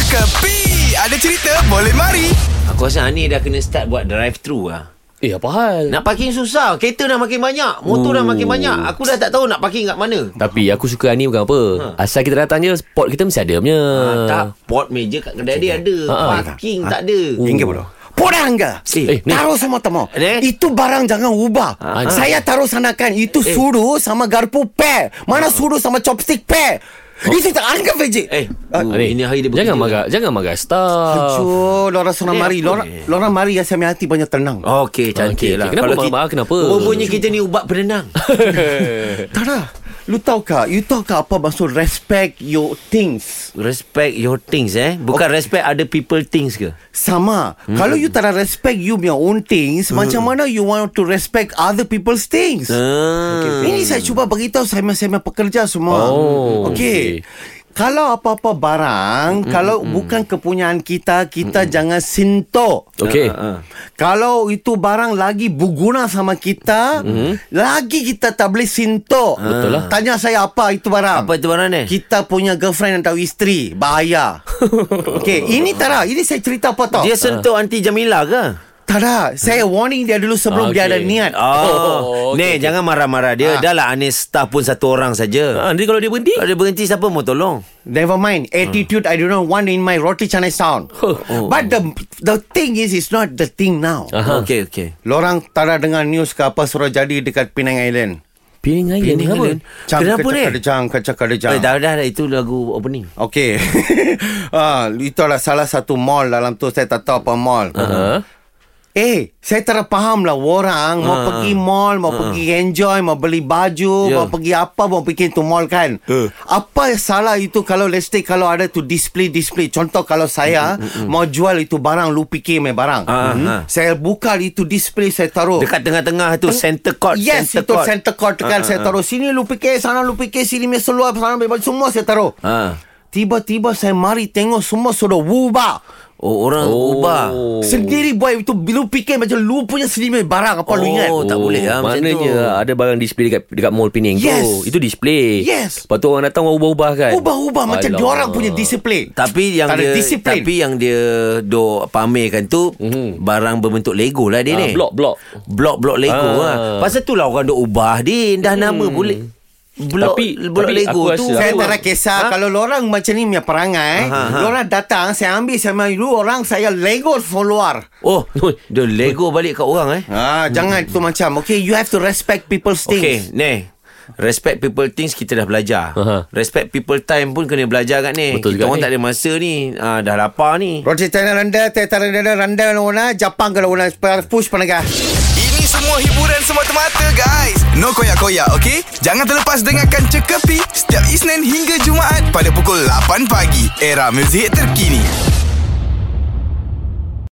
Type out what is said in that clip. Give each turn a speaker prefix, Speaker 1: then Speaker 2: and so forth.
Speaker 1: Kepi Ada cerita boleh mari
Speaker 2: Aku rasa Ani dah kena start buat drive-thru lah.
Speaker 3: Eh apa hal
Speaker 2: Nak parking susah. Kereta dah makin banyak. Motor dah makin banyak. Aku dah tak tahu nak parking kat mana.
Speaker 3: Tapi aku suka Ani bukan apa ha. Asal kita datang je Spot kita mesti ada punya
Speaker 2: Uh, tak, pot meja kat kedai dia ada.
Speaker 3: Ha, ha.
Speaker 2: Parking tak ada.
Speaker 4: Ingat bodoh. Porang ke?
Speaker 2: Eh,
Speaker 4: Eh,
Speaker 3: ni-
Speaker 4: taruh sama tamo.
Speaker 2: Eh.
Speaker 4: Itu barang jangan ubah.
Speaker 3: Ah,
Speaker 4: Saya taruh sanakan. Itu sudu sama garpu pe. Mana sudu sama chopstick pe. Itu tak anggap
Speaker 2: Ah.
Speaker 4: veji.
Speaker 2: Oh. Eh, uh,
Speaker 3: Ani,
Speaker 2: ini hari dia bekerja.
Speaker 3: Jangan marah Jangan marah staff
Speaker 4: Aduh, Lora sana
Speaker 2: Eh,
Speaker 4: mari.
Speaker 2: apa
Speaker 4: Lora,
Speaker 2: ni?
Speaker 4: Lora mari ya saya hati banyak tenang.
Speaker 2: Okey, cantik
Speaker 3: Okey,
Speaker 2: lah.
Speaker 3: okey. Kenapa
Speaker 2: ki-
Speaker 3: marah-marah? Kenapa?
Speaker 2: Rupanya kita ni ubat penenang.
Speaker 4: Tara, lu tahu ka? You tahu ka apa maksud respect your things?
Speaker 2: respect your things eh. Bukan respect other people things ke?
Speaker 4: Sama.
Speaker 2: Hmm.
Speaker 4: Kalau you tak respect you punya own things, macam mana you want to respect other people's things?
Speaker 2: Ah.
Speaker 4: Ini saya cuba beritahu saya-saya pekerja semua.
Speaker 3: Oh,
Speaker 4: Okey. Kalau apa-apa barang, kalau bukan kepunyaan kita, kita jangan sentuh.
Speaker 3: Okey.
Speaker 2: Ah, ah.
Speaker 4: Kalau itu barang lagi berguna sama kita, lagi kita tak boleh sentuh.
Speaker 3: Betul lah.
Speaker 4: Tanya saya apa itu barang?
Speaker 2: Apa Eh. tu barang ni?
Speaker 4: Kita punya girlfriend atau isteri, bahaya. Okey, ini Tara, ini saya cerita apa tau?
Speaker 2: Dia sentuh anti Jamila ke?
Speaker 4: Tara, saya warning dia dulu sebelum dia ada
Speaker 3: Okey.
Speaker 4: niat.
Speaker 2: Oh,
Speaker 3: Oh,
Speaker 2: Nih,
Speaker 3: okey,
Speaker 2: jangan marah-marah dia. Dah lah, Anis staff pun satu orang saja.
Speaker 3: Ha, nanti kalau dia berhenti
Speaker 2: Ah, Kalau dia berhenti, siapa mau tolong?
Speaker 4: Never mind.
Speaker 2: Hmm.
Speaker 4: Attitude I do not want in my roti canai sound.
Speaker 3: Oh.
Speaker 4: But the the thing is it's not the thing now.
Speaker 3: Aha.
Speaker 2: Okey, okey.
Speaker 4: Lorang tara dengar news ke apa suruh jadi dekat Penang Island.
Speaker 3: Piring air
Speaker 2: Pening
Speaker 3: ni apa
Speaker 2: apa? Kenapa ni?
Speaker 4: Kejang, kejang, kejang.
Speaker 2: Eh, dah, dah, dah. Itu lagu opening.
Speaker 4: Okey. ah, itulah salah satu mall dalam tu saya tak tahu apa mall.
Speaker 3: Ha?
Speaker 2: Uh-huh.
Speaker 4: Eh, saya tak faham lah orang mau pergi mall, mau pergi enjoy, mau beli baju,
Speaker 2: Ah. Ya.
Speaker 4: mau pergi apa, mau pergi tu mall kan. Apa yang salah itu kalau let's say kalau ada tu display display. Contoh kalau saya mau jual itu barang lu fikir main barang.
Speaker 2: Ah,
Speaker 4: Mhm.
Speaker 2: ah.
Speaker 4: Saya buka itu display saya taruh.
Speaker 2: Dekat tengah-tengah tu, center court.
Speaker 4: Oh. Eh, Yes,
Speaker 2: center
Speaker 4: itu
Speaker 2: court. Ah,
Speaker 4: center court kan saya taruh sini lu fikir sana lu fikir sini main seluar sana main baju semua saya taruh.
Speaker 2: Ha.
Speaker 4: Tiba-tiba saya mari tengok semua sudah wubah.
Speaker 2: Oh, orang oh. ubah.
Speaker 4: Sendiri buat itu Lu fikir macam Lu punya sendiri barang Apa lu ingat
Speaker 2: Oh, tak boleh lah macam tu.
Speaker 3: Maknanya ada barang display dekat dekat mall Pening
Speaker 4: Yes.
Speaker 3: tu. Itu display.
Speaker 4: Yes.
Speaker 3: Lepas tu orang datang orang Ah. ubah-ubah kan.
Speaker 4: Ubah-ubah Macam
Speaker 3: Alah.
Speaker 4: diorang punya disiplin
Speaker 2: Tapi yang
Speaker 4: tak ada
Speaker 2: dia
Speaker 4: disiplin
Speaker 2: tapi yang dia do pamerkan tu mm-hmm. barang berbentuk Lego lah dia
Speaker 3: Mhm. Ah,
Speaker 2: ni.
Speaker 3: blok-blok.
Speaker 2: Blok-blok Lego
Speaker 3: Ah. Hmm.
Speaker 2: ah. Pasal tu lah orang dok ubah dia dah nama boleh. Blok
Speaker 3: Tapi-
Speaker 2: blok
Speaker 3: tapi
Speaker 2: Lego
Speaker 3: aku
Speaker 2: tu.
Speaker 3: rasa-
Speaker 4: saya
Speaker 3: Aku-
Speaker 4: tak nak kisah ha? Kalau lorang macam ni punya perangai
Speaker 2: Aha, aha.
Speaker 4: Lorang datang Saya ambil sama lu Orang saya Lego follower
Speaker 2: Oh, dia Lego balik kat orang eh.
Speaker 4: Ah, Jangan tu macam Okay you have to respect people's
Speaker 2: Okay,
Speaker 4: things
Speaker 2: ni. Respect people things kita dah belajar.
Speaker 3: Aha.
Speaker 2: Respect people time pun kena belajar kat ni. kita
Speaker 3: Betul juga
Speaker 2: orang
Speaker 3: ni.
Speaker 2: tak ada masa ni. Ah, dah lapar ni.
Speaker 4: Roti China randa Teta randa Randa ona Japang kalau ona Push panaga
Speaker 1: Ini semua hiburan semata-mata guys No koyak-koyak ok Jangan terlepas dengarkan Cekapi Setiap Isnin hingga Jumaat Pada pukul 8 pagi Era muzik terkini